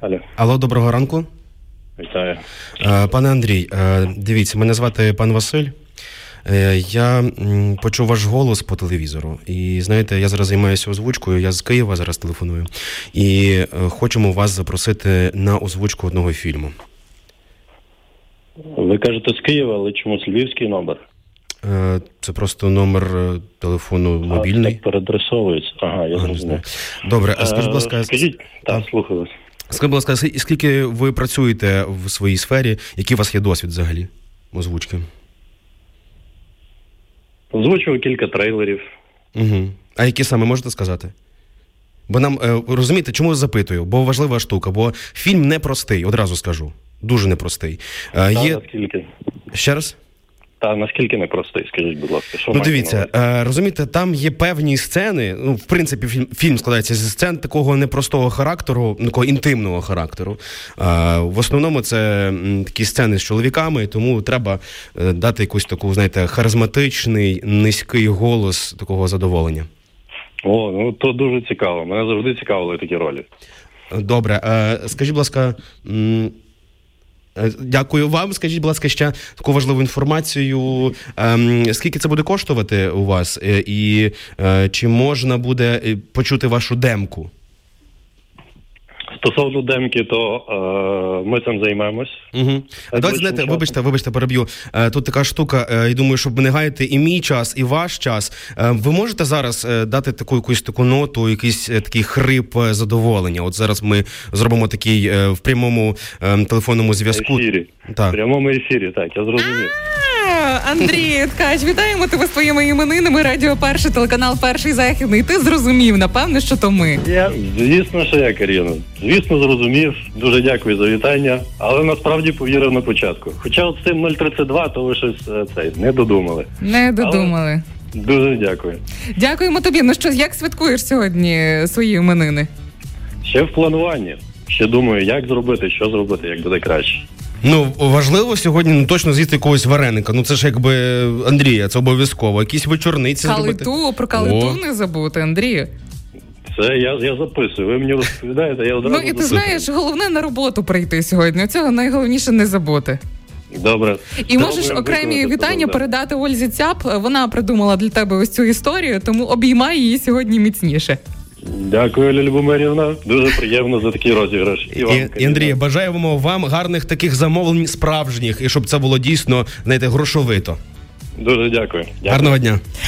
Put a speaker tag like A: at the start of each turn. A: Алло,
B: Алло, доброго ранку.
A: вітаю.
B: Е, Пане Андрій, е, дивіться, мене звати пан Василь. Е, Я м, почув ваш голос по телевізору. І знаєте, я зараз займаюся озвучкою. Я з Києва зараз телефоную. І е, хочемо вас запросити на озвучку одного фільму.
A: Ви кажете з Києва, але чомусь львівський номер.
B: Е, Це просто номер е, телефону
A: А,
B: мобільний.
A: так переадресовується. Ага, я
B: А, не
A: зрозумів.
B: знаю. Добре, а скажіть, будь
A: Е,
B: ласка,
A: Скажіть, так,
B: так.
A: слухаю вас.
B: скажіть, будь ласка, ск- скільки ви працюєте в своїй сфері? Який у вас є досвід взагалі озвучки?
A: Озвучував кілька трейлерів.
B: Угу. А які саме можете сказати? Бо нам е, розумієте, чому запитую? Бо важлива штука, бо фільм непростий, одразу скажу. Дуже непростий. Е,
A: Та,
B: є
A: наскільки?
B: ще раз?
A: Та наскільки непростий, скажіть, будь ласка, що
B: Ну
A: маєте на
B: дивіться,
A: увазі?
B: е, розумієте, там є певні сцени. Ну, в принципі, фільм, фільм складається зі сцен такого непростого характеру, такого інтимного характеру. Е, в основному це м, такі сцени з чоловіками, тому треба е, дати якусь таку, знаєте, харизматичний, низький голос такого задоволення.
A: О, ну то дуже цікаво. Мене завжди цікавили такі ролі.
B: Добре, е, скажіть, будь ласка, м, е, дякую вам. Скажіть, будь ласка, ще таку важливу інформацію. Ем, Скільки це буде коштувати у вас? Е, І е, чи можна буде е, почути вашу демку?
A: Стосовно демки, то е, ми цим займемось. Е,
B: Угу. Давайте
A: ближчим
B: знаєте,
A: часом.
B: вибачте, вибачте, переб'ю. Е, Тут така штука. е, І думаю, щоб не гаяти і мій час, і ваш час. Е, Ви можете зараз е, дати таку якусь таку ноту, якийсь е, такий хрип е, задоволення? От зараз ми зробимо такий е, в прямому е, телефонному зв'язку.
A: ефірі. В
B: Так.
A: прямому ефірі, так, я зрозумів.
C: А, Андрій Ткач, вітаємо тебе своїми іменинами. Радіо Перший, телеканал Перший Західний. Ти зрозумів, напевне, що то ми.
A: Я звісно, що я Каріна. Звісно, зрозумів. Дуже дякую за вітання. Але насправді повірив на початку. Хоча от з цим 032, то ви щось е, цей не додумали.
C: Не додумали.
A: Дуже дякую.
C: Дякуємо тобі. Ну що, як святкуєш сьогодні свої іменини?
A: Ще в плануванні. Ще думаю, як зробити, що зробити, як буде краще.
B: Ну важливо сьогодні ну, точно з'їсти якогось вареника. Ну це ж якби Андрія, це обов'язково. Якісь вечорниці зробити.
C: Калиту, про калиту
B: О.
C: не забути, Андрію.
A: Це я, я записую. Ви мені розповідаєте, я одразу
C: Ну і ти
A: записую.
C: знаєш, головне на роботу прийти сьогодні. Цього найголовніше не забути.
A: Добре.
C: І
A: Добре,
C: можеш окремі
A: виконати
C: вітання
A: завдання.
C: передати Ользі Цяп. Вона придумала для тебе ось цю історію, тому обіймай її сьогодні міцніше.
A: Дякую, Оля Любомирівна. Дуже приємно за такий розіграш.
B: І, і Андрія, бажаємо вам гарних таких замовлень справжніх, і щоб це було дійсно знаєте, грошовито.
A: Дуже дякую. дякую.
B: Гарного дня.